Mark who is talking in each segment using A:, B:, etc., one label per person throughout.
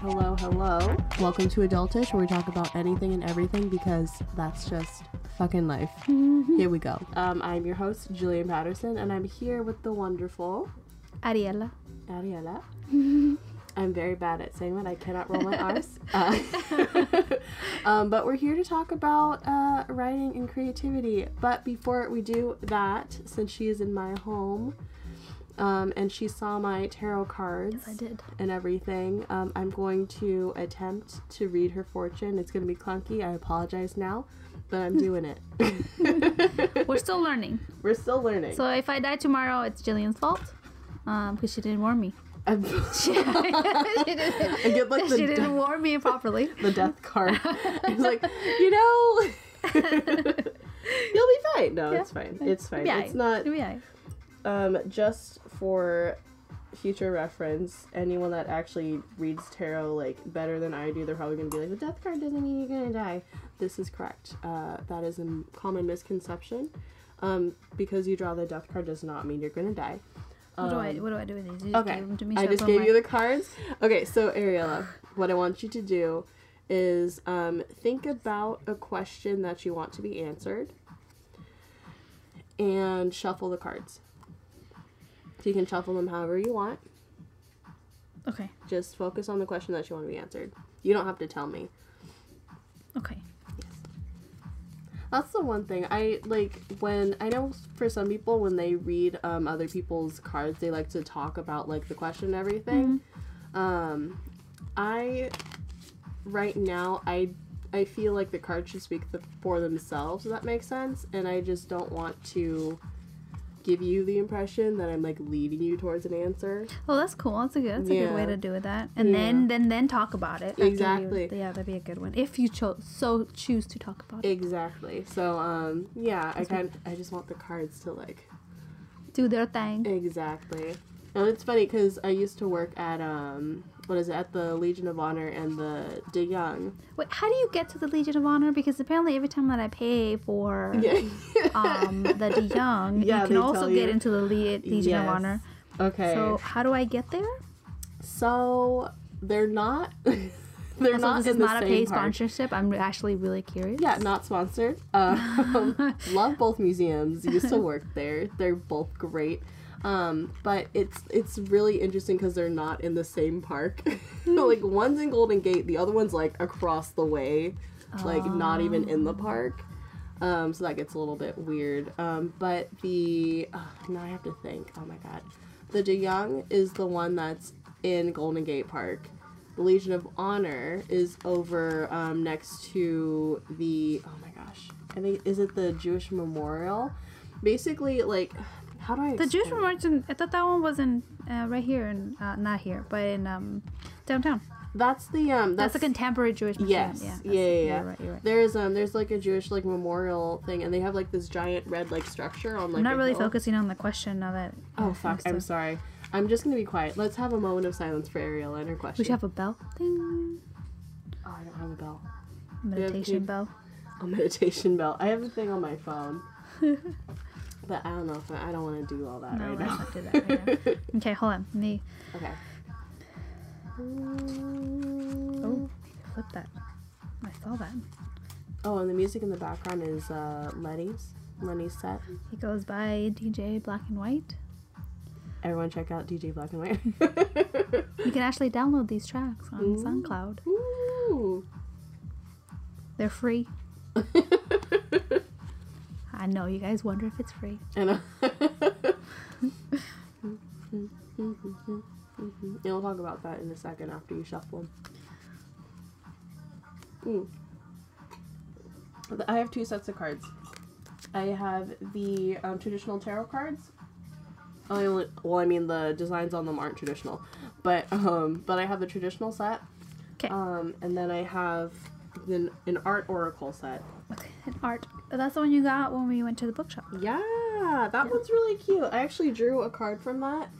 A: hello. Welcome to Adultish, where we talk about anything and everything because that's just fucking life. Here we go. Um, I'm your host, Julian Patterson, and I'm here with the wonderful
B: Ariella.
A: Ariella. I'm very bad at saying that. I cannot roll my R's. Uh, um, but we're here to talk about uh, writing and creativity. But before we do that, since she is in my home um, and she saw my tarot cards
B: I did.
A: and everything, um, I'm going to attempt to read her fortune. It's going to be clunky. I apologize now, but I'm doing it.
B: We're still learning.
A: we're still learning.
B: So if I die tomorrow, it's Jillian's fault. Um, because she didn't warn me.
A: I'm-
B: she didn't,
A: I get like
B: she
A: the
B: didn't warn me properly.
A: the death card. It's like, you know, you'll be fine. No,
B: Yeah.
A: it's fine. It's fine.
B: Yeah.
A: It's not.
B: Yeah.
A: Um, just for future reference, anyone that actually reads tarot like better than I do, they're probably gonna be like, the death card doesn't mean you're gonna die. This is correct. Uh, that is a m- common misconception. Um, because you draw the death card does not mean you're gonna die.
B: What do I?
A: Um,
B: What do I do with these? You just
A: Okay.
B: gave them to me.
A: I
B: so
A: just
B: put
A: gave
B: my-
A: you the cards. Okay, so Ariella, what I want you to do is um, think about a question that you want to be answered and shuffle the cards. So you can shuffle them however you want.
B: Okay.
A: Just focus on the question that you want to be answered. You don't have to tell me.
B: Okay.
A: That's the one thing I like when I know for some people when they read um, other people's cards they like to talk about like the question and everything. Um, I right now I I feel like the cards should speak the, for themselves. If that makes sense, and I just don't want to give you the impression that I'm like leading you towards an answer.
B: Oh, that's cool. That's a good. That's a good way
A: Yeah.
B: to do that. And
A: Yeah.
B: then, then, then talk about it. after you-
A: Exactly.
B: yeah, that'd be a good one if you chose. So choose to talk about it.
A: Exactly. So um, yeah, I kind I just want the cards to like
B: Do their thing.
A: Exactly. And it's funny because I used to work at um, what is it? At the Legion of Honor and the De Young.
B: Wait, how do you get to the Legion of Honor? Because apparently, every time that I pay for
A: Yeah.
B: um, the De Young,
A: Yeah,
B: you
A: they
B: can also
A: tell
B: get
A: you.
B: into the Le- Legion
A: Yes.
B: of Honor.
A: okay. So,
B: So how do I get there?
A: they're not. they're
B: Also,
A: not.
B: this
A: in
B: is
A: the
B: not a
A: same
B: paid
A: park.
B: sponsorship. I'm actually really curious.
A: Yeah, not sponsored. Um, love both museums. Used to work there. They're both great. Um, but it's it's really interesting because they're not in the same park.
B: Hmm.
A: like one's in Golden Gate, the other one's like across the way, like not even in the park. Um, so that gets a little bit weird. Um, but the uh, now I have to think. Oh my god, the De Young is the one that's in Golden Gate Park. The Legion of Honor is over um, next to the oh my gosh, I think is it the Jewish Memorial? Basically, like how do I
B: The Jewish
A: explain it?
B: Merchant. I thought that one was in uh, right here, and uh, not here, but in um, downtown.
A: That's the um
B: That's, a contemporary Jewish museum.
A: Yes.
B: Yeah.
A: Yeah,
B: that's-
A: yeah, yeah.
B: You're right. You're right.
A: There's um there's like a Jewish like memorial thing and they have like this giant red like structure on like
B: I'm not
A: a
B: really
A: hill.
B: focusing on the question now that.
A: Oh
B: uh,
A: fuck,
B: most
A: I'm
B: of-
A: sorry. I'm just gonna be quiet. Let's have a moment of silence for Ariel and her question.
B: We should have a bell thing.
A: oh, I don't have a bell.
B: Meditation
A: we-
B: bell.
A: A meditation bell. I have a thing on my phone. but I don't know if I, I don't wanna do all that
B: No,
A: right
B: let's
A: now.
B: not do that right now. Okay, hold on. Let me
A: Okay.
B: oh, flip that. I saw that.
A: Oh, and the music in the background is uh Lenny's. Lenny's set.
B: He goes by DJ Black and White.
A: Everyone check out DJ Black and White.
B: You can actually download these tracks on
A: Ooh.
B: SoundCloud.
A: Ooh.
B: They're free. I know you guys wonder if it's free.
A: and uh, and we'll talk about that in a second after you shuffle them. Mm. I have two sets of cards. I have the um, traditional tarot cards. I only, Oh, well, I mean the designs on them aren't traditional, but um, but I have the traditional set,
B: 'Kay.
A: um, and then I have an, an art oracle set.
B: Okay, and art. That's the one you got when we went to the bookshop.
A: Yeah, that one's really cute. I actually drew a card from that,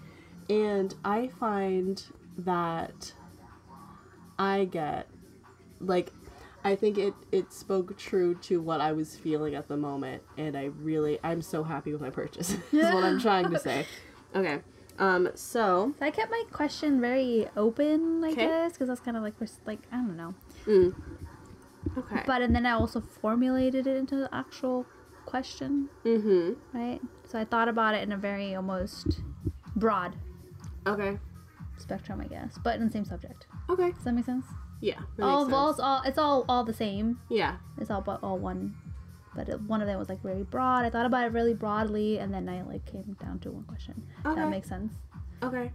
A: and I find that I get like I think it it spoke true to what I was feeling at the moment, and I really I'm so happy with my purchase. is what I'm trying to say. Okay, Um, so
B: So I kept my question very open, I
A: 'Kay.
B: guess, because that's kind of like pers- like I don't know.
A: mm, okay.
B: But and then I also formulated it into the actual question,
A: mm-hmm.
B: right? So I thought about it in a very almost broad
A: Okay.
B: spectrum, I guess, but in the same subject.
A: Okay.
B: Does that make sense?
A: Yeah. that
B: all
A: makes
B: balls,
A: sense.
B: all it's all all the same.
A: Yeah.
B: It's all but all one. But it- one of them was like very broad. I thought about it really broadly, and then I like came down to one question. If
A: Okay.
B: That makes sense.
A: Okay.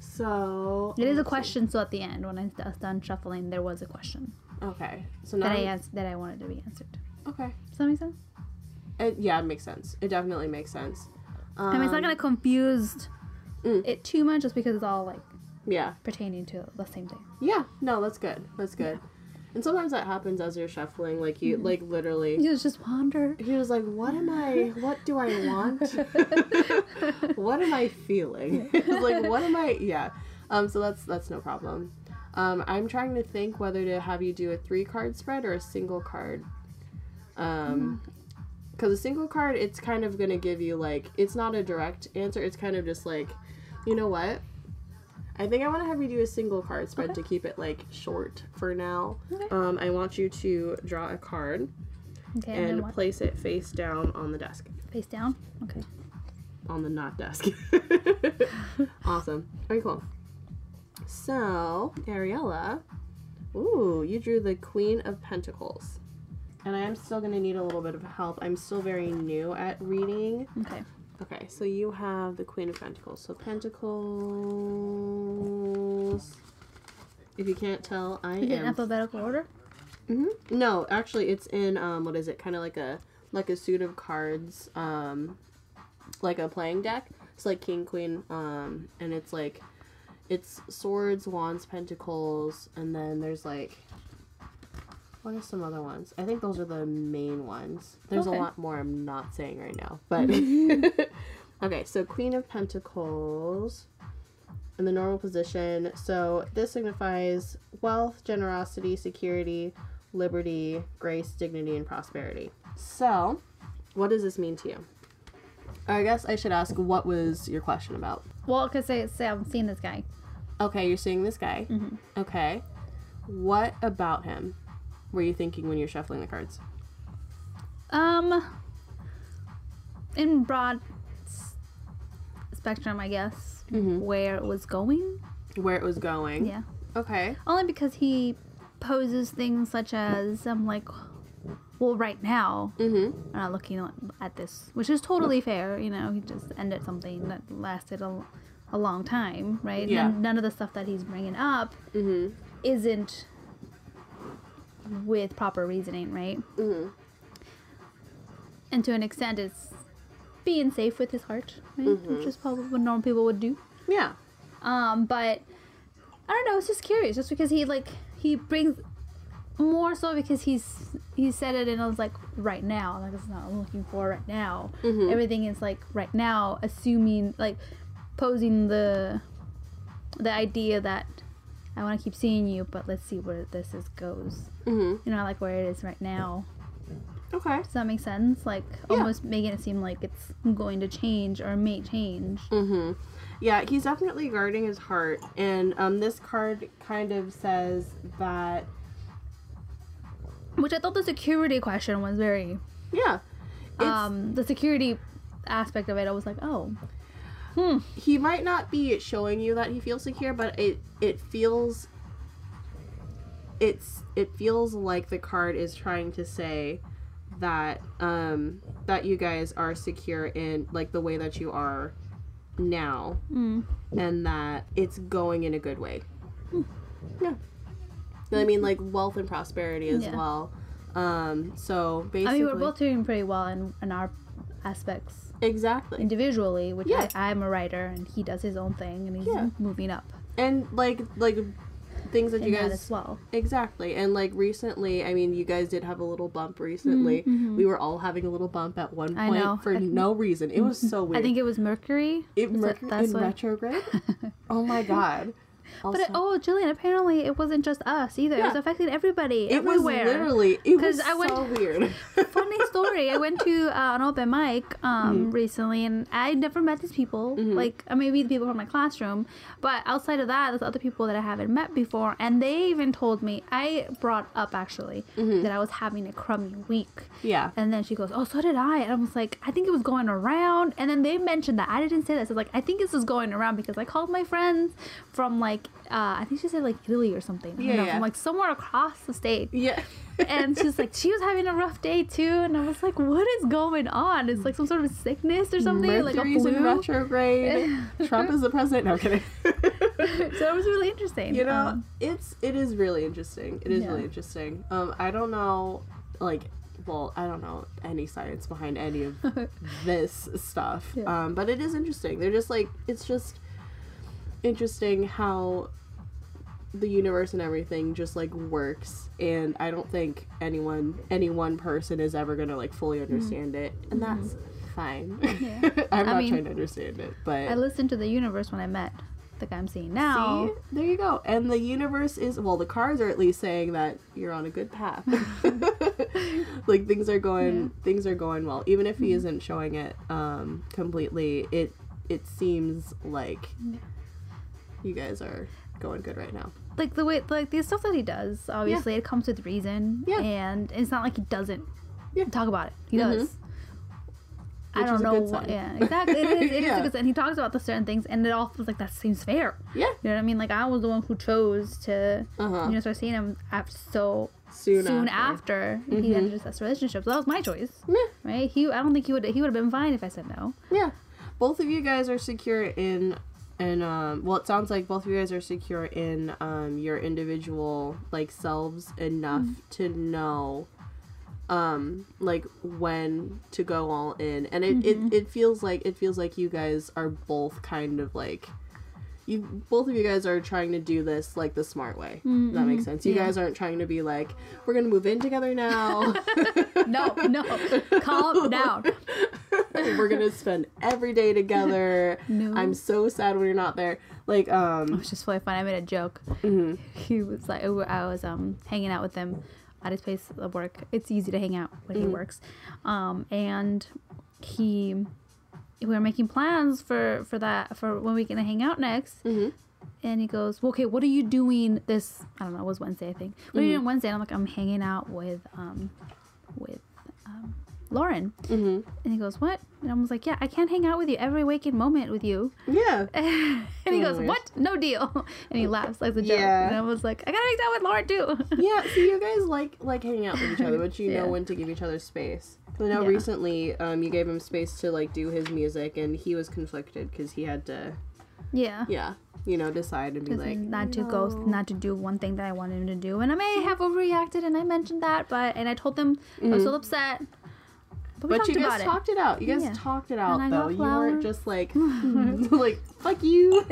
A: So
B: It is a question, so at the end, when I was done shuffling, there was a question
A: Okay. So now
B: that I ans- that I wanted to be answered.
A: okay.
B: Does that make sense?
A: It, yeah, it makes sense. It definitely makes sense. Um,
B: I mean, it's not gonna confuse
A: Mm.
B: it too much, just because it's all like
A: Um, Yeah.
B: pertaining to the same thing.
A: Yeah. No, that's good. That's good. And sometimes that happens as you're shuffling, like you,
B: Mm-hmm.
A: like literally.
B: You just- just wander.
A: He was like, "What am I? What do I want? what am I feeling? It's like, what am I? Yeah. Um. So that's that's no problem. Um. I'm trying to think whether to have you do a three card spread or a single card. Um.
B: Mm-hmm.
A: Because a single card, it's kind of gonna give you like it's not a direct answer. It's kind of just like, you know what? I think I want to have you do a single card spread
B: Okay.
A: to keep it like short for now.
B: Okay.
A: Um. I want you to draw a card
B: Okay, and, then
A: and
B: what?
A: place it face down on the desk.
B: Face down. Okay.
A: On the not desk. awesome. Very cool. So, Ariella, ooh, you drew the Queen of Pentacles. And I am still going to need a little bit of help. I'm still very new at reading.
B: Okay.
A: Okay, so you have the Queen of Pentacles. So, Pentacles. If you can't tell, I
B: Is it in
A: am
B: alphabetical order?
A: hmm No, actually, it's in um, what is it? Kind of like a like a suit of cards, um, like a playing deck. It's like king, queen, um, and it's like it's swords, wands, pentacles, and then there's like what are some other ones? I think those are the main ones. There's
B: Okay.
A: a lot more I'm not saying right now, but okay. So queen of pentacles in the normal position. So this signifies wealth, generosity, security, liberty, grace, dignity, and prosperity. So, what does this mean to you? I guess I should ask what was your question about?
B: Well, because I say I'm seeing this guy.
A: Okay, you're seeing this guy.
B: Mhm.
A: Okay. What about him were you thinking when you're shuffling the cards?
B: Um, in broad s- spectrum, I guess, where it was going.
A: Where it was going?
B: Yeah.
A: Okay.
B: Only because he poses things such as I'm like, well, right now
A: Mm-hmm.
B: I'm not looking at this, which is totally fair. You know, he just ended something that lasted a, a long time, right?
A: Yeah.
B: None, none of the stuff that he's bringing up
A: Mm-hmm.
B: isn't with proper reasoning, right?
A: Mm-hmm.
B: and to an extent it's being safe with his heart right?
A: Mm-hmm.
B: which is probably what normal people would do
A: Yeah.
B: um but i don't know it's just curious just because he like he brings more so because he's he said it and i was like right now like it's not what I'm looking for right now everything is like right now assuming like posing the the idea that i want to keep seeing you but let's see where this is goes
A: Mm-hmm.
B: you know I like where it is right now
A: Okay.
B: does that make sense? Like almost making it seem like it's going to change or may change.
A: hmm Yeah, he's definitely guarding his heart, and um, this card kind of says that.
B: Which I thought the security question was very
A: Yeah, it's,
B: um the security aspect of it. I was like, oh,
A: he might not be showing you that he feels secure, but it it feels. It's it feels like the card is trying to say that um that you guys are secure in like the way that you are now
B: mm,
A: and that it's going in a good way.
B: Hmm.
A: Yeah. And I mean, like wealth and prosperity as
B: Yeah.
A: well. Um, so basically,
B: I mean, we're both doing pretty well in in our aspects
A: exactly,
B: individually. Which
A: Yeah.
B: I, I'm a writer and he does his own thing and he's
A: Yeah.
B: moving up
A: and like like things that
B: in
A: you
B: that
A: guys
B: as well.
A: exactly, and like recently, I mean, you guys did have a little bump recently. We were all having a little bump at one
B: Mm-hmm, I know.
A: point for
B: I-
A: no reason. It was so weird.
B: I think it was Mercury.
A: it
B: Is that-
A: Mercury in
B: what-
A: retrograde. oh my god.
B: but
A: Also-
B: it, oh, Jillian, apparently it wasn't just us either. It was
A: Yeah.
B: affecting everybody
A: It was
B: everywhere.
A: literally it
B: 'Cause
A: was
B: I went-
A: so weird.
B: Funny story. I went to uh, an open mic
A: Mm-hmm.
B: um, recently, and I never met these people. Like uh, maybe the people from my classroom, but outside of that, there's other people that I haven't met before, and they even told me. I brought up actually
A: Mm-hmm.
B: that I was having a crummy week.
A: Yeah.
B: And then she goes, "Oh, so did I." And I was like, "I think it was going around." And then they mentioned that I didn't say this. I was like, "I think this is going around because I called my friends from like uh, I think she said like Italy or something. I don't
A: Yeah,
B: know,
A: yeah.
B: from like somewhere across the state."
A: Yeah.
B: and she's like, she was having a rough day too, and I was like, what is going on? It's like some sort of sickness or something, like a
A: Mercury's in
B: flu.
A: retrograde. Trump is the president. No I'm kidding.
B: so it was really interesting.
A: you know,
B: Um,
A: it's it is really interesting. It is
B: Yeah.
A: really interesting. Um, I don't know, like, well, I don't know any science behind any of this stuff.
B: Yeah.
A: Um, but it is interesting. They're just like it's just interesting how the universe and everything just like works and I don't think anyone any one person is ever gonna like fully understand it. And that's fine.
B: Mm-hmm. Yeah.
A: I'm
B: I
A: not
B: mean,
A: trying to understand it. But
B: I listened to the universe when I met the guy I'm seeing now.
A: See? There you go. And the universe is well, the cards are at least saying that you're on a good path. like things are going things are going well. Even if he
B: Mm-hmm.
A: isn't showing it um completely, it it seems like
B: Yeah.
A: you guys are going good right now.
B: Like the way, like the stuff that he does, obviously it comes with reason,
A: Yeah.
B: and it's not like he doesn't
A: Yeah.
B: talk about it. He
A: Mhm.
B: does. I
A: Which
B: don't
A: is a
B: know
A: good
B: what.
A: sign.
B: Yeah, exactly. It is. It is a
A: Yeah.
B: good sign. And he talks about the certain things, and it all feels like that seems fair.
A: Yeah.
B: You know what I mean? Like I was the one who chose to,
A: Uh-huh.
B: you know, start seeing him after so
A: Soon,
B: soon after, he entered this relationship. So that was my choice,
A: Yeah.
B: right? He, I don't think he would. He would have been fine if I said no.
A: Yeah. Both of you guys are secure in and um well it sounds like both of you guys are secure in um your individual like selves enough to know um like when to go all in and it, it it feels like it feels like you guys are both kind of like you both of you guys are trying to do this like the smart way Does that makes sense you
B: Yeah.
A: guys aren't trying to be like we're gonna move in together now
B: No, no, calm down.
A: We're gonna spend every day together.
B: No.
A: I'm so sad when you're not there. Like,
B: It
A: um,
B: was just really fun. I made a joke. He was like, I was um hanging out with him at his place of work. It's easy to hang out when he works, um, and he, we were making plans for for that for when we're gonna hang out next. And he goes, well, okay, what are you doing this? I don't know. It was Wednesday, I think. What are you doing Wednesday? And I'm like, I'm hanging out with um, with um, Lauren. And he goes, what? And I was like, yeah, I can't hang out with you every waking moment with you
A: yeah,
B: and he goes,
A: Anyways.
B: "What? No deal." And he laughs like the joke.
A: Yeah.
B: And I was like, "I gotta make that with Lauren too."
A: yeah. So you guys like like hanging out with each other, but you
B: Yeah.
A: know when to give each other space. I know
B: Yeah.
A: recently, um, you gave him space to like do his music, and he was conflicted because he had to,
B: yeah.
A: yeah, you know, decide and be like,
B: not to go, not to do one thing that I wanted him to do, and I may have overreacted, and I mentioned that, but and I told them I was so upset. But
A: Mm-hmm. But
B: we talked
A: you
B: about
A: guys
B: it.
A: talked it out. You guys
B: Yeah.
A: talked it
B: I
A: out
B: got
A: though. You weren't
B: flowers.
A: just like, like fuck you.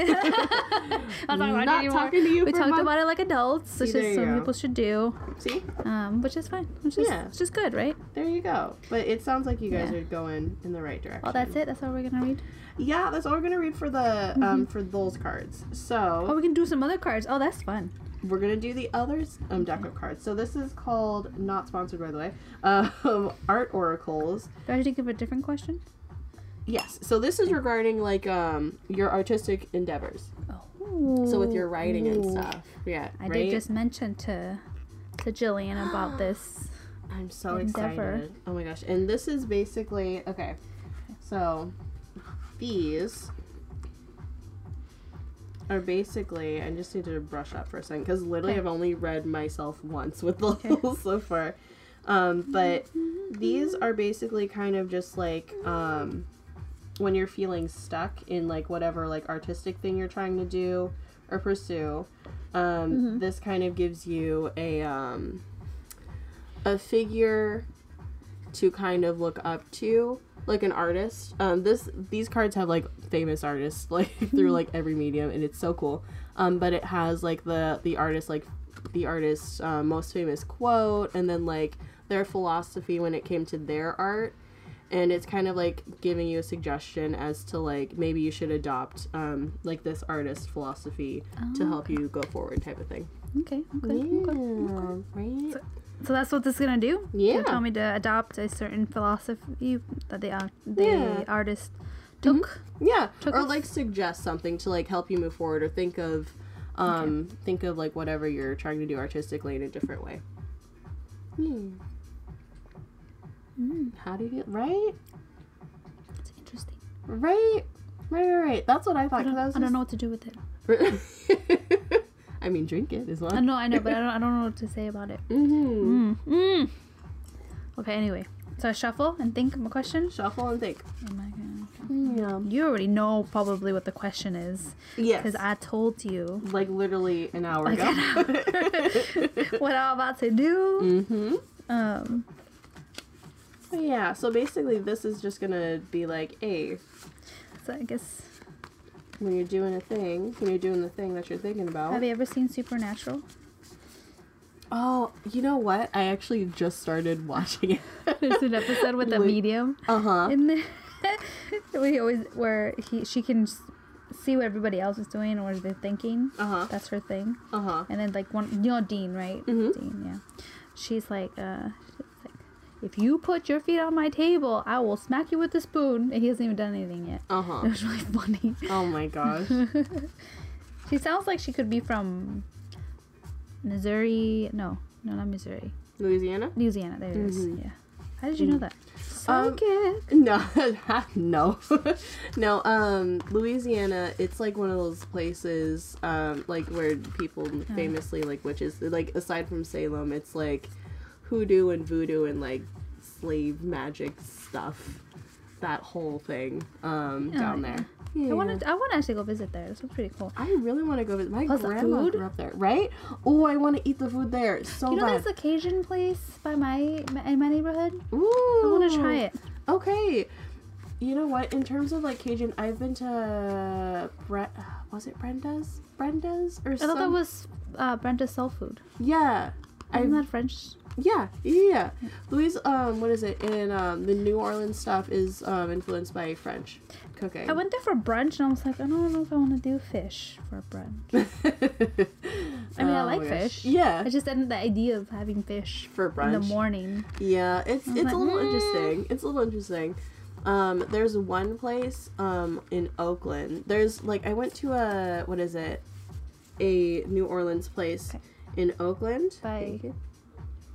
B: I'm
A: not
B: about it anymore.
A: talking to you
B: We
A: for
B: talked
A: months.
B: about it like adults, which
A: there
B: is
A: you
B: some
A: go.
B: people should do,
A: See,
B: um, which is fine, which is
A: Yeah.
B: which is good, right?
A: there you go. But it sounds like you guys
B: Yeah.
A: are going in the right direction.
B: Well, that's it. That's all we're gonna read.
A: Yeah, that's all we're gonna read for the um for those cards.
B: Mm-hmm. Oh,
A: So
B: we can do some other cards. Oh, that's fun.
A: we're gonna do the others um deck of cards. So this is called not sponsored by the way, um art oracles.
B: Do I have to give a different question?
A: Yes. So this is regarding like um your artistic endeavors.
B: Oh.
A: So with your writing and
B: Ooh.
A: stuff. Yeah.
B: I
A: right?
B: did just mention to to Jillian about this.
A: I'm so
B: endeavor.
A: excited. Oh my gosh. And this is basically okay. So these are basically I just need to brush up for a second because literally
B: Okay.
A: I've only read myself once with the levels so far. Um, but these are basically kind of just like um, when you're feeling stuck in like whatever like artistic thing you're trying to do or pursue. Um, This kind of gives you a um, a figure to kind of look up to like an artist um this these cards have like famous artists like through like every medium and it's so cool um but it has like the the artist like the artist's uh, um, most famous quote and then like their philosophy when it came to their art and it's kind of like giving you a suggestion as to like maybe you should adopt um, like this artist philosophy
B: Oh.
A: to help you go forward type of thing.
B: Okay. Okay. okay.
A: right.
B: So that's what this is gonna do.
A: Yeah.
B: It'll tell me to adopt a certain philosophy that the ar- the
A: Yeah. Mm-hmm.
B: artist took.
A: Yeah,
B: Took
A: or
B: us-
A: like suggest something to like help you move forward, or think of, um, think of like whatever you're trying to do artistically in a different way. Hmm. How do you get right?
B: It's Mm, interesting.
A: Right, right, right, right. That's what I
B: I
A: thought.
B: don't,
A: Cause I, was
B: I don't know what to do with it.
A: just... I mean, drink it is
B: I
A: one.
B: know, I know, but I don't, I don't know what to say about it.
A: Mm-hmm.
B: Mm. Mm. Okay. Anyway, so I shuffle and think of my question.
A: Shuffle and think.
B: Oh my god.
A: Yeah.
B: You already know probably what the question is
A: Yes.
B: because I told you
A: Like literally an hour
B: Like
A: ago.
B: an what I'm about to do.
A: mm-hmm.
B: Um,
A: Yeah. So basically, this is just gonna be like, hey,
B: so I guess
A: when you're doing a thing, when you're doing the thing that you're thinking about.
B: have you ever seen Supernatural?
A: Oh, you know what? I actually just started watching it.
B: There's an episode with a
A: Wait.
B: medium
A: uh huh.
B: in there. we always where he she can s- see what everybody else is doing or what they're thinking.
A: Uh huh.
B: That's her thing.
A: Uh huh.
B: And then like one, you know Dean, right?
A: Mhm.
B: Dean, yeah. She's like, uh, she's like, if you put your feet on my table, I will smack you with a spoon. And he hasn't even done anything yet.
A: Uh
B: It
A: huh.
B: was really funny.
A: Oh my gosh.
B: She sounds like she could be from Missouri. No, no, not Missouri.
A: Louisiana?
B: Louisiana. There it is. Yeah. How did you know that?
A: Um,
B: Psychic.
A: No, no, no. Um, Louisiana. It's like one of those places, um, like where people famously like witches. Like aside from Salem, it's like hoodoo and voodoo and like slave magic stuff. That whole thing um, down
B: yeah.
A: there.
B: I want to. I want to actually go visit there. This was pretty cool.
A: I really want to go visit my
B: Plus the
A: grandma
B: food.
A: grew up there, right? Oh, I want to eat the food there so
B: you know,
A: bad.
B: there's a Cajun place by my, my in my neighborhood.
A: Ooh,
B: I want to try it.
A: Okay, you know what? In terms of like Cajun, I've been to Bre- was it Brenda's, Brenda's or
B: I thought that
A: some-
B: was uh, Brenta's soul food.
A: yeah. I
B: Isn't that French?
A: yeah yeah yeah. Louise um what is it in um the New Orleans stuff is um influenced by French cooking.
B: I went there for brunch and I was like, I don't know if I want to do fish for brunch. I mean, I
A: Oh my
B: like
A: gosh.
B: fish.
A: Yeah,
B: I just didn't the idea of having fish
A: for brunch.
B: in the morning.
A: Yeah, it's
B: was
A: it's
B: like,
A: a little
B: "Mm."
A: interesting. It's a little interesting. Um, there's one place um in Oakland. There's like I went to a what is it, a New Orleans place
B: Okay.
A: in Oakland.
B: Bye.
A: You good?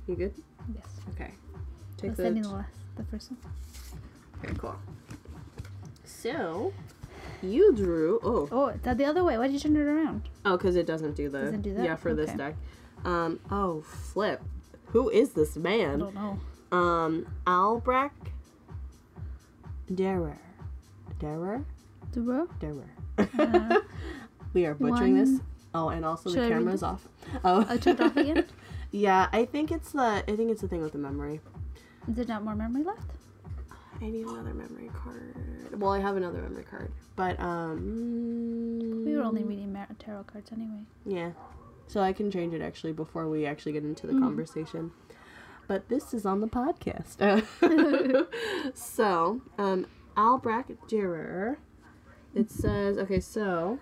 A: You good?
B: Yes.
A: Okay.
B: I
A: Take
B: was sending the
A: the.
B: last, the first one.
A: Okay, cool. So, you drew. Oh,
B: Oh, it's the other way. Why did you turn it around?
A: oh, because it doesn't do the.
B: Doesn't do that?
A: Yeah, for this
B: Okay.
A: deck. Um. Oh, flip. Who is this
B: I
A: man?
B: don't know.
A: Um, Albrecht Derer. Derer?
B: Dubro?
A: Derer.
B: Uh,
A: We are butchering this.
B: One.
A: Oh, and also
B: Should I
A: the
B: read
A: camera's off. Oh,
B: I turned off again.
A: yeah, I think it's the I think it's the thing with the memory.
B: Is there not more memory left?
A: I need another memory card. Well, I have another memory card, but um,
B: We were only reading mar- tarot cards anyway.
A: yeah. So I can change it actually before we actually get into the conversation. But this is on the podcast. so, um, Albrecht Dürer. It says, okay, so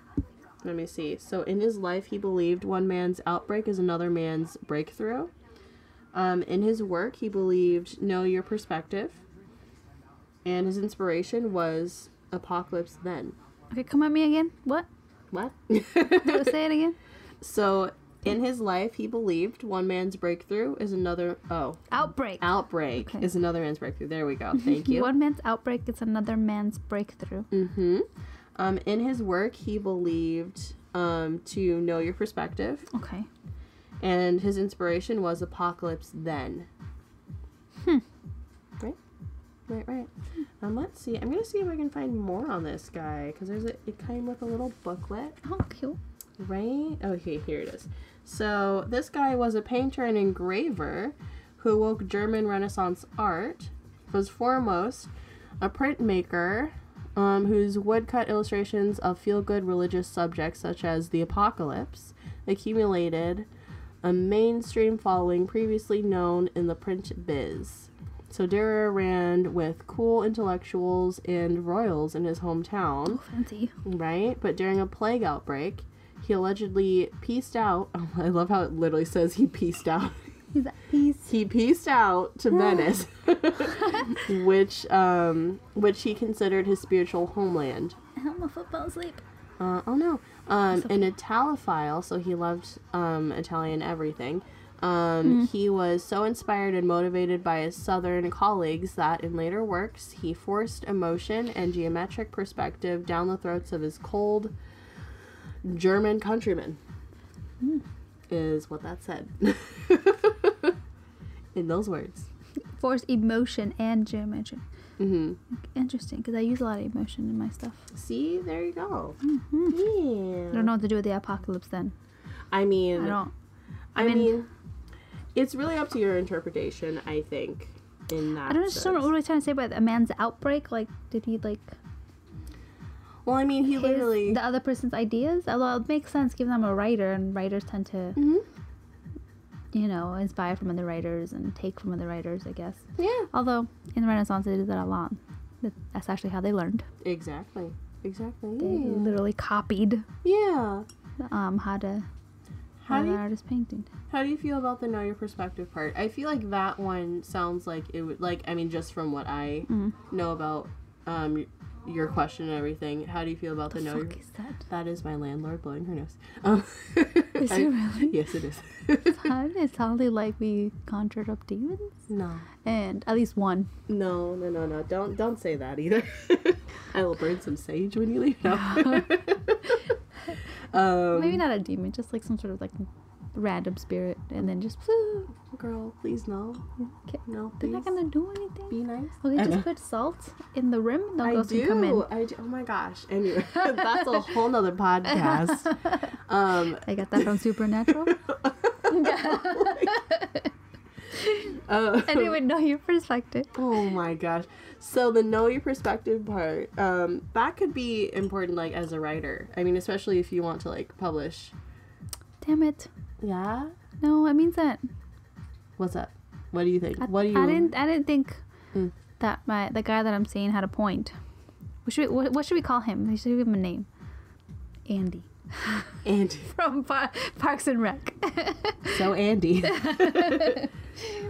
A: let me see. So, in his life, he believed one man's outbreak is another man's breakthrough. Um, in his work, he believed know your perspective, and his inspiration was apocalypse then.
B: Okay, come at me again. What?
A: What?
B: Do- Say it again.
A: So in his life, he believed one man's breakthrough is another. Oh,
B: Outbreak.
A: outbreak
B: Okay.
A: is another man's breakthrough. There we go. Thank you.
B: One man's outbreak is another man's breakthrough.
A: mm-hmm. Um, in his work, he believed um, to know your perspective,
B: Okay.
A: and his inspiration was apocalypse then. Hmm. Right. Right. Right. Um, let's see. I'm gonna see if I can find more on this guy because there's a. It came with a little booklet.
B: Oh, cute.
A: Right? Okay, here it is. So, this guy was a painter and engraver who awoke German Renaissance art, was foremost a printmaker um, whose woodcut illustrations of feel good religious subjects such as the apocalypse accumulated a mainstream following previously known in the print biz. So Durer ran with cool intellectuals and royals in his hometown,
B: Oh, fancy.
A: right? But during a plague outbreak, he allegedly pieced out. Oh, I love how it literally says he pieced out.
B: He's at peace.
A: he pieced out to Venice, which um, which he considered his spiritual homeland.
B: I'm a football sleep.
A: Uh, oh no, um, an Italophile, so he loved um, Italian everything.
B: Mm-hmm.
A: Um, He was so inspired and motivated by his Southern colleagues that in later works he forced emotion and geometric perspective down the throats of his cold German countrymen.
B: Mm.
A: Is what that said. in those words.
B: Force emotion and geometry.
A: hmm
B: Interesting, because I use a lot of emotion in my stuff.
A: See, there you go.
B: Mm-hmm. I
A: Yeah.
B: don't know what to do with the apocalypse then.
A: I mean,
B: I don't.
A: I,
B: mean-
A: mean, it's really up to your interpretation, I think. In that,
B: I don't just
A: sense.
B: what am I trying to say about a man's outbreak? Like, did he like
A: Well, I mean, he
B: his-
A: literally.
B: the other person's ideas? Although it makes sense given I'm a writer and writers tend to
A: Mhm.
B: you know inspire from other writers and take from other writers, I guess.
A: Yeah,
B: Although in the Renaissance they did that a lot. That- That's actually how they learned.
A: exactly, exactly.
B: They
A: Yeah.
B: literally copied
A: yeah.
B: um, how to how,
A: How do
B: the
A: you,
B: artist painted.
A: how do you feel about the know your perspective part? I feel like that one sounds like it would like I mean just from what I
B: Mm.
A: know about um your question and everything. How do you feel about the,
B: The
A: know your
B: fuck is that?
A: that is my landlord blowing her nose. Um,
B: Is
A: I-
B: it really?
A: Yes, it is.
B: Huh? It sounded like we conjured up demons,
A: no.
B: and at least one.
A: No, no, no, no. Don't don't say that either. I will burn some sage when you leave. No. um,
B: Maybe not a demon, just like some sort of like random spirit, and then just "Phew,
A: Girl, please no.
B: Okay.
A: No,
B: they're
A: please.
B: not gonna do anything.
A: Be nice.
B: Okay,
A: I
B: just
A: know.
B: put salt in the rim, and the
A: I
B: ghost can come in.
A: do. I do. Oh my gosh. Anyway, that's a whole nother podcast. Um,
B: I got that from Supernatural.
A: Oh uh,
B: I didn't even know your perspective.
A: Oh my gosh. So the know your perspective part, um, that could be important like as a writer. I mean, especially if you want to like publish.
B: Damn it!
A: Yeah?
B: No, it means that.
A: What's up? What do you think?
B: I,
A: what do you
B: I didn't. I didn't think
A: Mm.
B: that my the guy that I'm seeing had a point. What should we, what, what should we call him? We should give him a name. Andy
A: Andy.
B: from Par- Parks and Rec.
A: So Andy.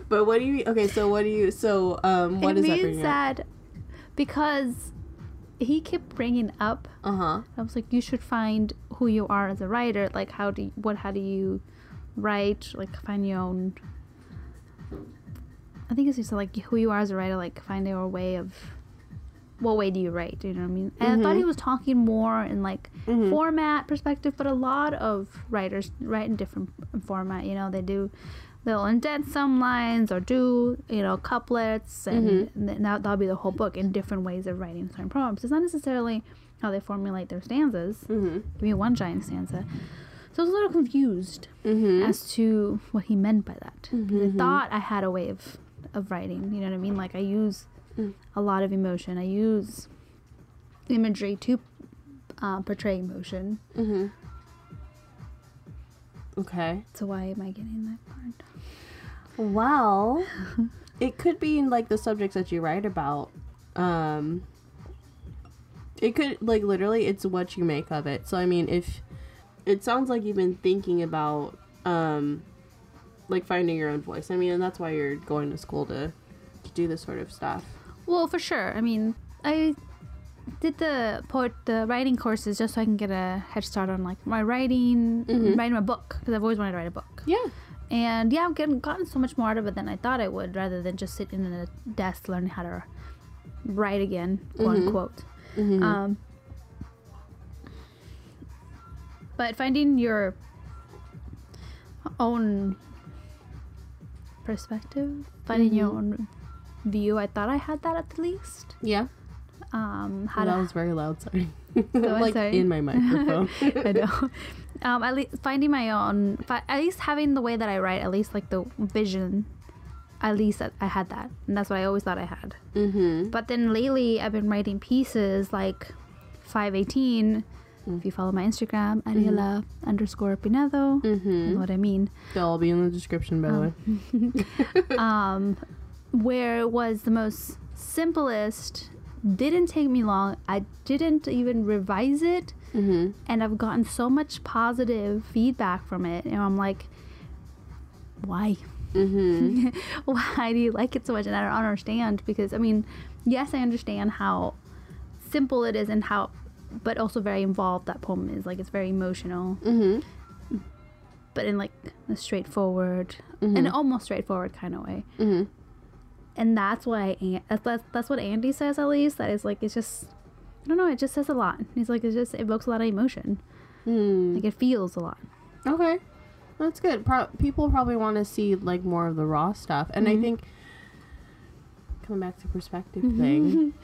A: but what do you okay, so what do you so um what
B: it
A: does that
B: means
A: bring up?
B: that, because he kept bringing up.
A: Uh-huh.
B: I was like, you should find who you are as a writer. Like, how do you, what? How do you write? Like, find your own. I think it's just like who you are as a writer. Like, find your way of. What way do you write? You know what I mean? And I thought he was talking more in like format perspective, but a lot of writers write in different format. You know, they do. They'll indent some lines or do, you know, couplets, and, and then that, that'll be the whole book in different ways of writing certain poems. It's not necessarily how they formulate their stanzas.
A: Mhm.
B: Give me one giant stanza. So I was a little confused
A: Mhm.
B: as to what he meant by that. 'Cause I thought I had a way of, of writing. You know what I mean? Like I use a lot of emotion. I use imagery to uh, portray emotion.
A: Mhm. Okay.
B: So why am I getting that part?
A: Well, it could be in like the subjects that you write about. Um it could like literally it's what you make of it. So I mean, if it sounds like you've been thinking about um like finding your own voice. I mean, and that's why you're going to school to to do this sort of stuff.
B: Well, for sure. I mean, I did the poet the writing courses just so I can get a head start on like my writing, writing my book because I've always wanted to write a book.
A: Yeah.
B: And yeah, I've gotten, gotten so much more out of it than I thought I would, rather than just sitting in a desk learning how to write again, quote unquote.
A: Mm-hmm.
B: Um, but finding your own perspective, finding your own view, I thought I had that at the least.
A: Yeah.
B: Um, how
A: That
B: to
A: was very loud, sorry.
B: I'm
A: like
B: sorry.
A: in my microphone.
B: I know. Um, at least finding my own, fi- at least having the way that I write, at least like the vision, at least I, I had that, and that's what I always thought I had.
A: mhm.
B: But then lately, I've been writing pieces like five eighteen. If you follow my Instagram, Ariela underscore Pinedo, you
A: Mhm.
B: know what I mean.
A: Um, They'll all be in the description by the way.
B: Um, where it was the most simplest didn't take me long i didn't even revise it
A: Mm-hmm.
B: and i've gotten so much positive feedback from it and i'm like why
A: Mm-hmm.
B: why do you like it so much and i don't understand because i mean yes i understand how simple it is and how but also very involved that poem is like it's very emotional
A: Mm-hmm.
B: but in like a straightforward an almost straightforward kind of way
A: Mm-hmm.
B: and that's why An- that's, that's that's what Andy says at least. That is like it's just I don't know. It just says a lot. He's like it just evokes a lot of emotion.
A: Mm.
B: Like it feels a lot.
A: Okay, that's good. Pro- people probably want to see like more of the raw stuff, and
B: Mm-hmm.
A: I think coming back to perspective thing,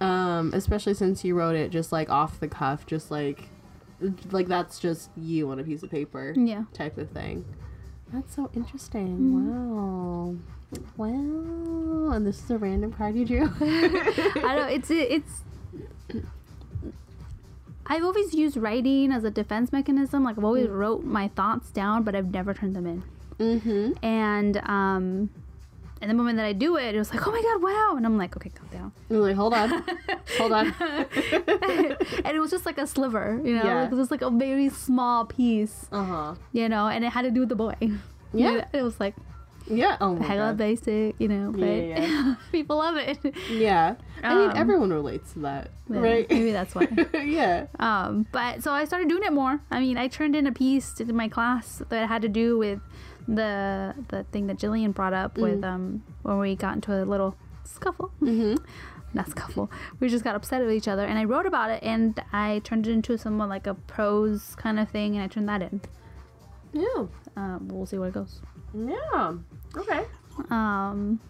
A: um, especially since you wrote it just like off the cuff, just like like that's just you on a piece of paper
B: Yeah.
A: type of thing. Mm-hmm. That's so interesting. Wow. Wow. And this is a random card you drew.
B: I don't. It's it's. I've always used writing as a defense mechanism. Like I've always
A: Mm.
B: wrote my thoughts down, but I've never turned them in.
A: mm-hmm.
B: And um, and the moment that I do it, it was like, oh my god, wow! And I'm like, okay, calm down.
A: You're like, hold on, hold on.
B: and it was just like a sliver, you know,
A: Yeah.
B: like, it was like a very small piece.
A: Uh huh.
B: you know, and it had to do with the boy.
A: Yeah.
B: You know, it was like
A: Yeah. Oh my
B: hella
A: god.
B: basic, you know, but
A: Yeah, yeah,
B: people love it.
A: Yeah. I mean,
B: Um,
A: everyone relates to that,
B: Yeah,
A: right?
B: Maybe that's why.
A: yeah.
B: um, but so I started doing it more. I mean, I turned in a piece to my class that had to do with the the thing that Jillian brought up with um when we got into a little scuffle.
A: Mm-hmm.
B: Not scuffle. We just got upset with each other, and I wrote about it, and I turned it into somewhat like a prose kind of thing, and I turned that in.
A: Yeah.
B: Uh, we'll see where it goes.
A: Yeah. Okay.
B: um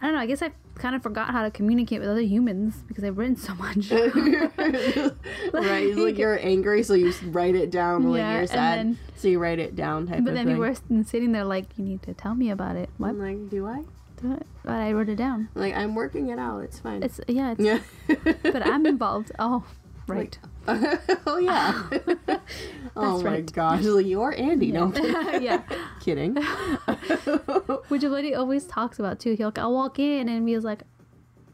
B: I don't know. I guess I kind of forgot how to communicate with other humans because I've written so much.
A: right. It's like you're angry, so you s- write it down when
B: Yeah,
A: you're
B: and
A: sad.
B: then-
A: so you write it down type
B: but
A: of
B: then we
A: thing.
B: were s- sitting there like, you need to tell me about it. What?
A: I'm like, do I?
B: Do I- But I wrote it down.
A: Like, I'm working it out. It's fine.
B: It's yeah. It's,
A: yeah.
B: But I'm involved. Oh, right.
A: oh yeah. oh
B: That's
A: my
B: right.
A: gosh. Like, you're Andy. No, I'm
B: yeah.
A: kidding.
B: Which Jabody always talks about too. He'll I'll walk in and he's like,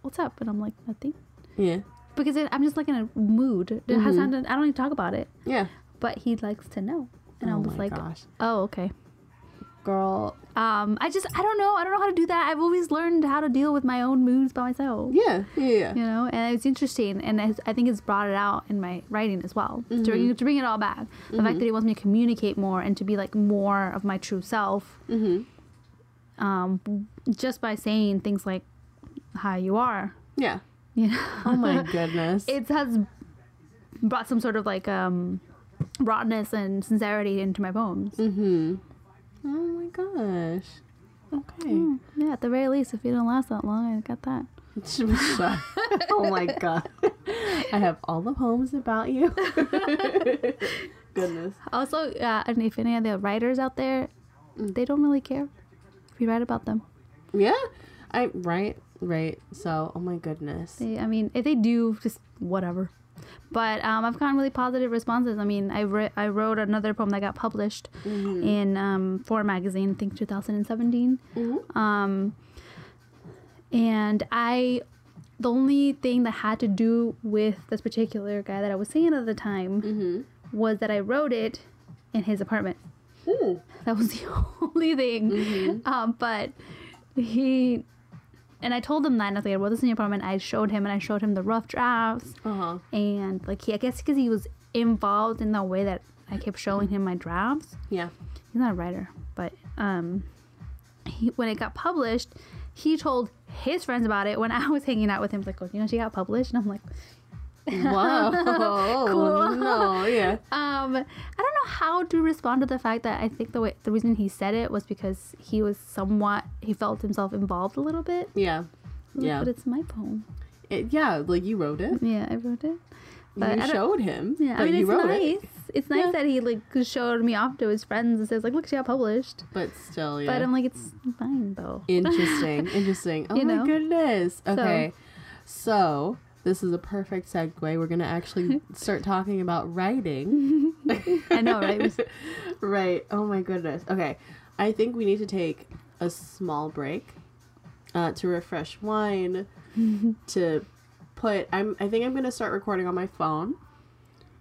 B: "What's up?" And I'm like, "Nothing,"
A: yeah.
B: because it, I'm just like in a mood. It has
A: Mm-hmm.
B: nothing. I don't need to talk about it.
A: Yeah.
B: But he likes to know, and I
A: oh
B: was
A: my
B: like,
A: gosh,
B: "Oh, okay."
A: girl.
B: um i just i don't know i don't know how to do that i've always learned how to deal with my own moods by myself
A: Yeah. Yeah. Yeah.
B: you know and it's interesting and I, I think it's brought it out in my writing as well to,
A: Mm-hmm.
B: bring, to bring it all back the fact that he wants me to communicate more and to be like more of my true self
A: Mhm.
B: um just by saying things like how you are
A: yeah.
B: you know
A: Oh my goodness.
B: it has brought some sort of like um rawness and sincerity into my poems
A: Mm-hmm. Oh my gosh. Okay.
B: Mm. yeah at the very least if you don't last that long i got that
A: Shut- oh my god. I have all the poems about you. Goodness.
B: Also, uh, and if any of the writers out there,
A: Mm.
B: they don't really care if you write about them.
A: Yeah. I right, right. So, oh my goodness.
B: They, I mean, if they do, just whatever. But um, I've gotten really positive responses. I mean, I, wri- I wrote another poem that got published
A: Mm. Mm-hmm.
B: in um, Four magazine, I think 2017.
A: Mhm.
B: Um, and I, the only thing that had to do with this particular guy that I was seeing at the time was that I wrote it in his apartment.
A: Ooh.
B: That was the only thing. Um, but he and I told him that, and I was like, I wrote this in your apartment. I showed him, and I showed him the rough drafts,
A: Uh-huh.
B: and like he, I guess, because he was involved in the way that I kept showing him my drafts.
A: Yeah.
B: He's not a writer, but um, he, when it got published, he told his friends about it when I was hanging out with him. Like, oh, you know, she got published, and I'm like,
A: Whoa.
B: Cool.
A: No, yeah.
B: Um, I don't know how to respond to the fact that I think the way the reason he said it was because he was somewhat he felt himself involved a little bit.
A: Yeah.
B: Like,
A: Yeah.
B: but it's my poem.
A: It, yeah, like you wrote it.
B: Yeah, I wrote it. But
A: you
B: I don't-
A: showed him.
B: Yeah,
A: that
B: I mean
A: you
B: it's
A: wrote
B: nice.
A: it.
B: It's nice
A: Yeah.
B: that he like showed me off to his friends and says like, look, she got published.
A: But still, yeah.
B: But I'm like, it's fine though.
A: Interesting. Interesting. Oh
B: You
A: my
B: know?
A: goodness. Okay. So. this is a perfect segue. We're going to actually start talking about writing.
B: I know, right?
A: Right. Oh my goodness. Okay. I think we need to take a small break uh, to refresh wine, to put. I'm. I think I'm gonna start recording on my phone,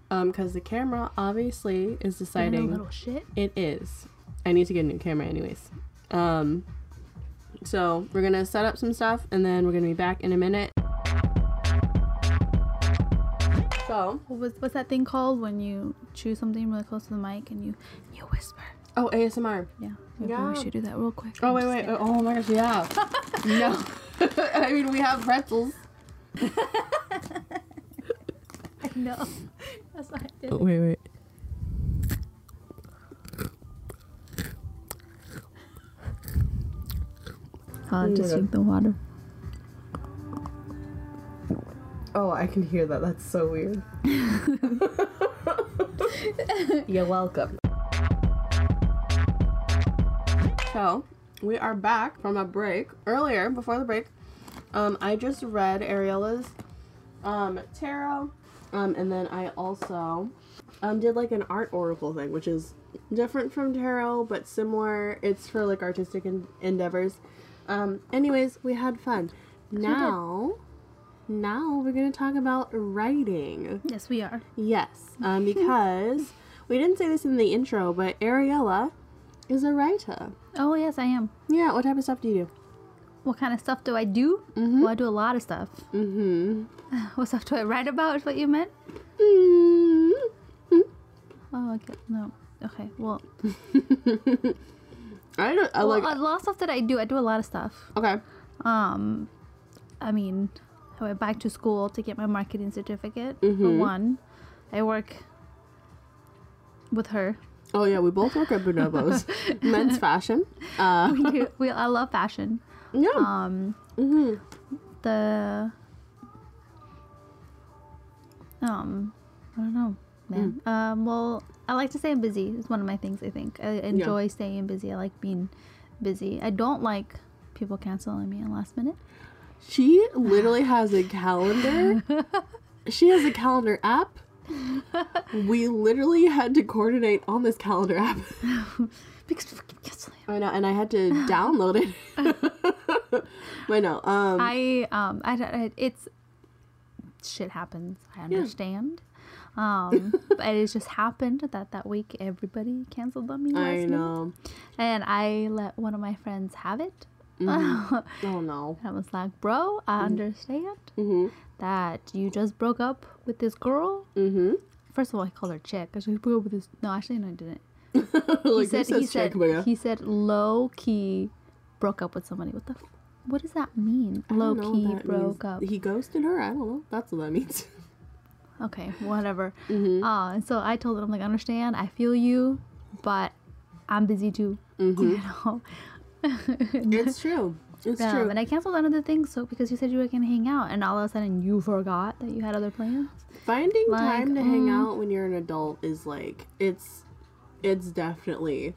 A: um, because the camera obviously is
B: You
A: deciding
B: little shit.
A: it is. I need to get a new camera, anyways. Um, so we're gonna set up some stuff, and then we're gonna be back in a minute. So,
B: What was, what's that thing called when you chew something really close to the mic and you you whisper?
A: oh ASMR.
B: Yeah. Maybe
A: Yeah.
B: We should do that real quick.
A: Oh
B: and
A: wait,
B: just
A: wait.
B: get-
A: Oh, oh my gosh, yeah. no, I mean we have pretzels.
B: I know. That's what I did.
A: wait, wait.
B: I'll
A: my
B: just
A: God.
B: drink the water.
A: Oh, I can hear that. That's so weird. You're welcome. So, we are back from a break. Earlier, before the break, um, I just read Ariella's um, tarot, um, and then I also um, did like an art oracle thing, which is different from tarot but similar. It's for like artistic en- endeavors. Um, anyways, we had fun. Now, now we're gonna talk about writing.
B: Yes, we are.
A: Yes, um, because we didn't say this in the intro, but Ariella is a writer.
B: Oh yes, I am.
A: Yeah, what type of stuff do you
B: What kind of stuff do I do? Well, I do a lot of stuff.
A: do? Mm-hmm.
B: What stuff do I write about? Is what you meant? Mm-hmm. Oh, okay. No. Okay. Well,
A: I don't. I
B: well,
A: like.
B: a lot of stuff that I do. I do a lot of stuff.
A: okay.
B: Um, I mean, I went back to school to get my marketing certificate. For
A: Mm-hmm.
B: one, I work with her.
A: Oh yeah, we both work at Bonobos, men's fashion. Uh,
B: We do. we, I love fashion.
A: yeah.
B: Um,
A: mm-hmm.
B: the um i don't know man um well i like to stay busy it's one of my things i think i enjoy staying busy i like being busy i don't like people canceling me at last minute
A: She literally has a calendar. she has a calendar app. We literally had to coordinate on this calendar app.
B: because people keep canceling
A: I know, and I had to download it. but no, um,
B: i um i, don't- I it's shit happens i understand um but it just happened that that week everybody canceled on me last
A: I
B: minute
A: know.
B: and i let one of my friends have it
A: Oh no.
B: I was like, bro, I understand
A: Mm-hmm.
B: that you just broke up with this girl.
A: Mm-hmm.
B: First of all, I called her chick. I said, you broke up with this. No, actually, no, I didn't. He
A: like this
B: said, he
A: is
B: said,
A: Jack Maria.
B: he said, low key broke up with somebody. What the? F- what does that mean?
A: I
B: Low
A: don't know what
B: key
A: that
B: broke
A: means.
B: up.
A: He ghosted her. I don't know. That's what that means.
B: Okay, whatever.
A: Mm-hmm.
B: Uh, and so I told him, I'm like, I understand. I feel you, but I'm busy too.
A: Mm-hmm.
B: You know?
A: It's true. It's
B: Um,
A: true.
B: and I canceled another thing so because you said you were gonna hang out, and all of a sudden you forgot that you had other plans.
A: Finding
B: like, mm.
A: time to hang out when you're an adult is like it's it's definitely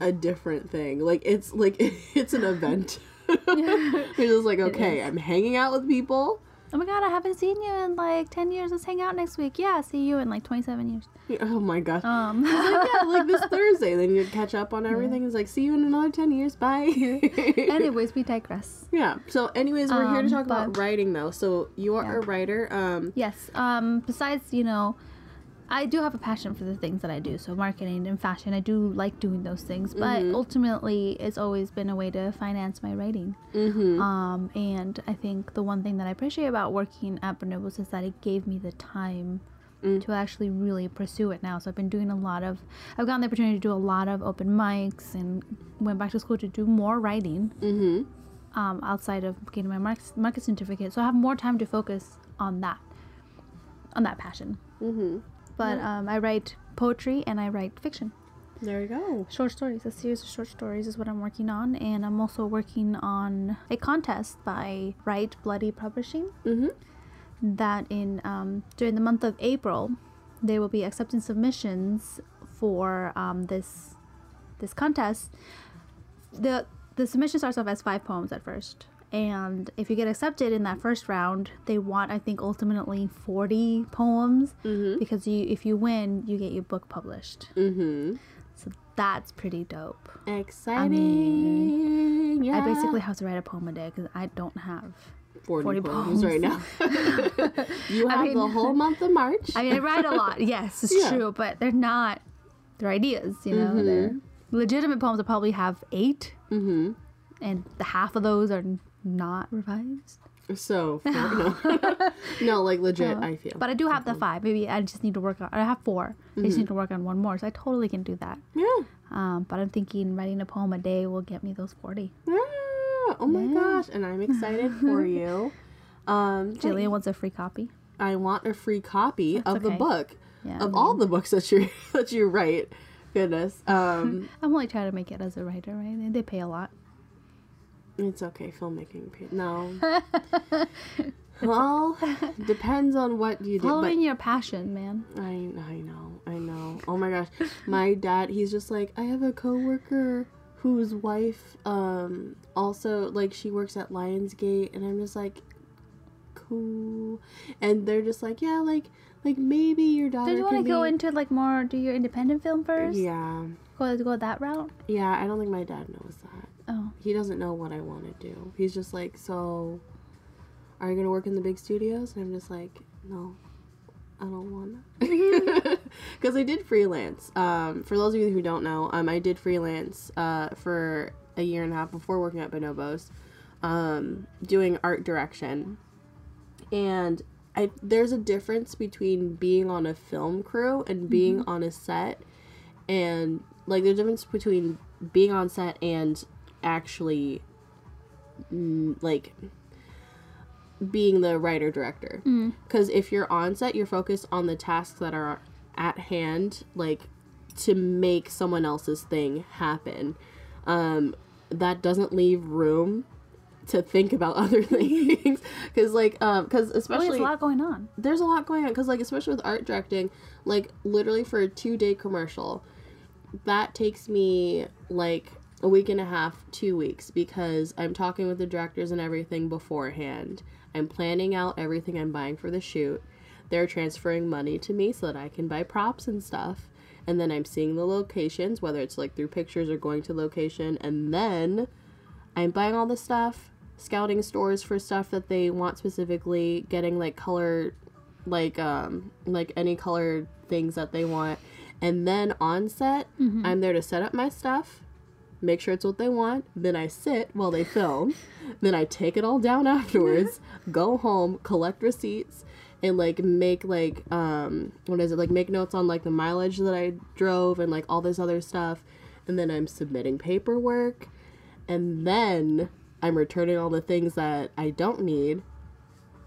A: a different thing. Like it's like it's an event. You're just like, okay, I'm hanging out with people.
B: Oh my god, I haven't seen you in like 10 years. Let's hang out next week. Yeah, see you in like 27 years.
A: Oh my gosh.
B: Um,
A: yeah, like this Thursday. Then you catch up on everything. It's like, see you in another 10 years. Bye.
B: anyways, we digress.
A: yeah. So, anyways, we're here to
B: Um,
A: talk about
B: but-
A: writing, though. So, you are a writer. Um,
B: Yes, um, besides, you know, I do have a passion for the things that I do. So, marketing and fashion, I do like doing those things, but ultimately, it's always been a way to finance my writing.
A: mhm.
B: Um, and I think the one thing that I appreciate about working at Bonobos is that it gave me the time to actually really pursue it now. So I've been doing a lot of, I've gotten the opportunity to do a lot of open mics and went back to school to do more writing um, outside of getting my mark- market certificate. So I have more time to focus on that, on that passion.
A: Mhm.
B: But um, I write poetry and I write fiction
A: There you go.
B: short stories a series of short stories is what i'm working on and i'm also working on a contest by right bloody publishing
A: Mhm.
B: that in um, during the month of april they will be accepting submissions for um, this this contest the the submission starts off as five poems at first and if you get accepted in that first round they want i think ultimately 40 poems because you if you win you get your book published
A: Mm hmm.
B: So that's pretty dope.
A: Exciting.
B: I
A: yeah.
B: basically have to write a poem a day because I don't have.
A: 40,
B: 40
A: poems right now. you have
B: mean-
A: the whole month of March.
B: I mean, I write a lot. Yes, it's
A: Yeah.
B: true, but they're not. They're ideas, you know. They're
A: Mm-hmm.
B: legitimate poems. I probably have 8 mm-hmm. and the half of those are not revised.
A: so, for, no. no, like legit, I feel.
B: But I do have the five. Maybe I just need to work on. I have 4 I
A: Mm-hmm.
B: just need to work on one more, so I totally can do that.
A: yeah.
B: Um, but I'm thinking writing a poem a day will get me those 40.
A: Yeah. Oh my gosh. And I'm excited for you. Um, but
B: Jillian wants a free copy.
A: I want a free copy of the
B: okay.
A: book.
B: Yeah, Mm-hmm.
A: of
B: I
A: all the books that you that you write. Goodness. Um
B: I'm only trying to make it as a writer, right? They- They pay a lot.
A: it's okay, filmmaking pa- no. well depends on what you do. But
B: Following your passion, man.
A: I I know, I know. Oh my gosh. My dad, he's just like, I have a coworker whose wife um also like she works at Lionsgate and I'm just like cool and they're just like yeah like like maybe your daughter
B: Did you want
A: can
B: to go
A: be-
B: into like more do your independent film first?
A: yeah
B: Go go that route.
A: yeah i don't think my dad knows that
B: Oh,
A: he doesn't know what I want to do. He's just like, so are you gonna work in the big studios? And I'm just like, no, I don't want to. Because I did freelance. Um, for those of you who don't know, um, I did freelance uh, for a year and a half before working at Bonobos, um, doing art direction. And I, there's a difference between being on a film crew and being on a set and like the difference between being on set and actually mm, like being the writer director
B: Mm.
A: because if you're on set you're focused on the tasks that are at hand like to make someone else's thing happen um that doesn't leave room to think about other things because like um because
B: well,
A: especially
B: there's a lot going on.
A: there's a lot going on because like especially with art directing like literally for a two day commercial that takes me like a week and a half two weeks because i'm talking with the directors and everything beforehand i'm planning out everything i'm buying for the shoot they're transferring money to me so that i can buy props and stuff and then i'm seeing the locations whether it's like through pictures or going to location and then I'm buying all this stuff, scouting stores for stuff that they want specifically, getting like color, like um, like any colored things that they want, and then on set, I'm there to set up my stuff, make sure it's what they want. Then I sit while they film, then I take it all down afterwards, go home, collect receipts, and like make like um, what is it like make notes on like the mileage that I drove and like all this other stuff, and then I'm submitting paperwork and then I'm returning all the things that I don't need,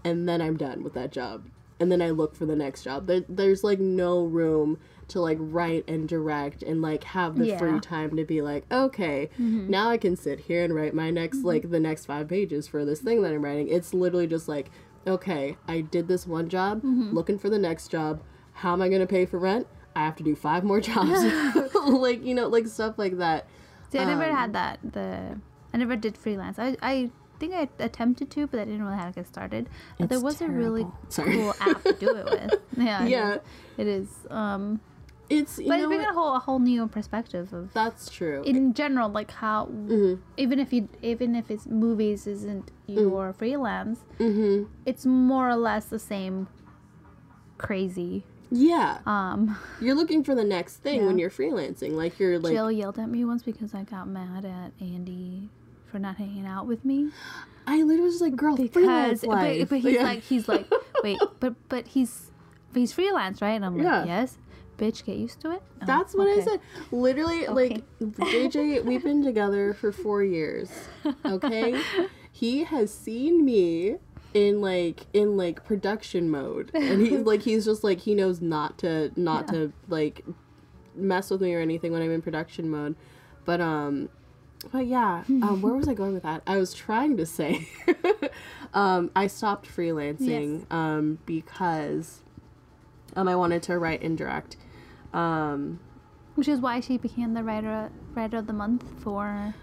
A: and then I'm done with that job. And then I look for the next job. There, there's like no room to like write and direct and like have the
B: Yeah. Mm-hmm.
A: free time to be like, okay, now I can sit here and write my next like the next five pages for this thing that I'm writing. It's literally just like, okay, I did this one job,
B: Mm-hmm.
A: looking for the next job. How am I gonna pay for rent? I have to do five more jobs, like you know, like stuff like that.
B: See, I
A: Um,
B: never had that. The I never did freelance. I I think I attempted to, but I didn't really know how to get started. But there
A: It's
B: was a really
A: terrible. Sorry.
B: cool app to do it with. Yeah. it
A: Yeah.
B: is- It is. Um,
A: It's you
B: but
A: know
B: it's bringing
A: what?
B: a whole a whole new perspective of
A: that's true.
B: in general, like how
A: Mm-hmm.
B: even if you even if it's movies isn't
A: Mm.
B: your freelance,
A: Mm-hmm.
B: it's more or less the same crazy.
A: Yeah,
B: Um,
A: you're looking for the next thing when you're freelancing. Like you're like,
B: Jill yelled at me once because I got mad at Andy for not hanging out with me
A: I literally was just like, girl,
B: because
A: freelance life.
B: but, but he's
A: Yeah.
B: like he's like wait but but he's he's freelance right and I'm
A: Yeah.
B: like yes bitch get used to it Oh,
A: that's what I
B: okay.
A: said. Literally, like JJ, we've been together for four years. Okay, he has seen me in like in like production mode, and he's like, he's just like, he knows not to not to like mess with me or anything when I'm in production mode. But um, But yeah, um, where was I going with that? I was trying to say, um, I stopped freelancing um, because um, I wanted to write and direct. Um,
B: which is why she became the writer writer of the month for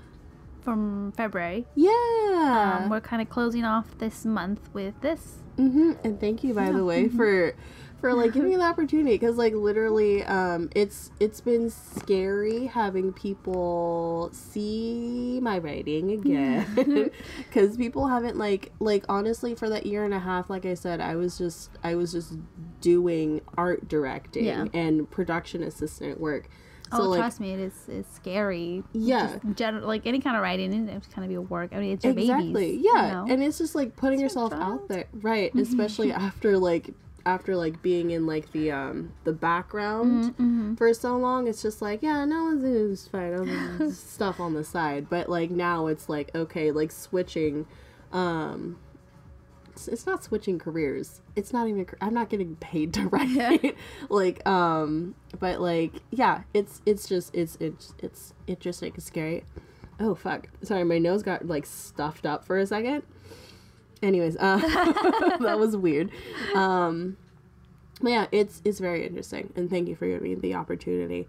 B: from February
A: yeah, Uh-huh.
B: Um, we're kind of closing off this month with this
A: hmm And thank you, by the way,
B: mm-hmm.
A: for for like giving me the opportunity because like literally, um, it's it's been scary having people see my writing again because people haven't like like honestly for that year and a half, like I said, I was just I was just doing art directing
B: Yeah.
A: and production assistant work. So
B: oh,
A: like
B: trust me, it is it's scary.
A: Yeah.
B: Just in general, like any kind of writing, it's kind of be work. I mean, it's your
A: exactly
B: babies.
A: yeah
B: you know?
A: and it's just like putting
B: It's Mm-hmm. your
A: yourself out
B: child.
A: there right especially after like after like being in like the um the background
B: Mm-hmm,
A: for so long it's just like yeah no one's it's fine I'll do stuff on the side but like now it's like okay like switching um it's, it's not switching careers it's not even a car- i'm not getting paid to write like um but like yeah it's it's just it's it's it's interesting it's scary oh fuck sorry my nose got like stuffed up for a second anyways uh that was weird um but yeah it's it's very interesting and thank you for giving me the opportunity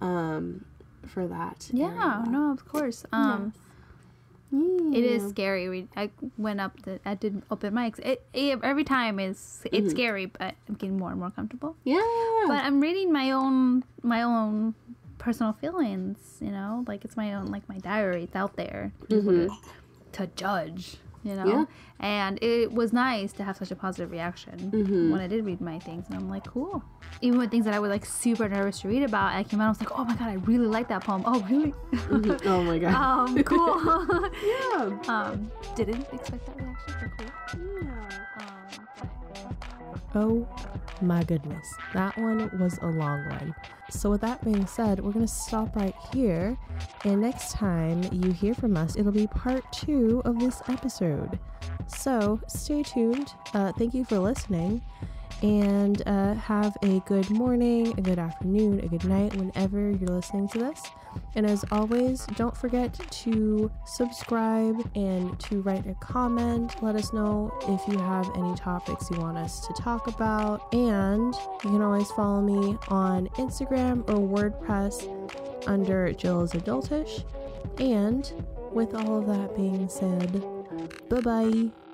A: um for that
B: yeah, no, of course. Um,
A: Yeah.
B: It is scary. We, I went up. The, I did open mics. It, it- every time is it's
A: Mm-hmm.
B: scary, but I'm getting more and more comfortable.
A: yeah
B: But I'm reading my own my own personal feelings. You know, like it's my own like my diary. It's out there to, to judge. You know,
A: Mm-hmm. Yeah.
B: and it was nice to have such a positive reaction
A: Mm-hmm.
B: when I did read my things, and I'm like, cool. Even with things that I was like super nervous to read about, I came out. I was like, oh my god, I really like that poem. Oh really?
A: oh my god
B: um, cool.
A: yeah.
B: um, didn't expect that reaction. So cool. Um, but-
C: Oh my goodness, that one was a long one. So, with that being said, we're going to stop right here. And next time you hear from us, it'll be part two of this episode. So, stay tuned. Uh, thank you for listening. And uh, have a good morning, a good afternoon, a good night, whenever you're listening to this. And as always, don't forget to subscribe and to write a comment. Let us know if you have any topics you want us to talk about. And you can always follow me on Instagram or WordPress under Jill's Adultish. And with all of that being said, bye bye.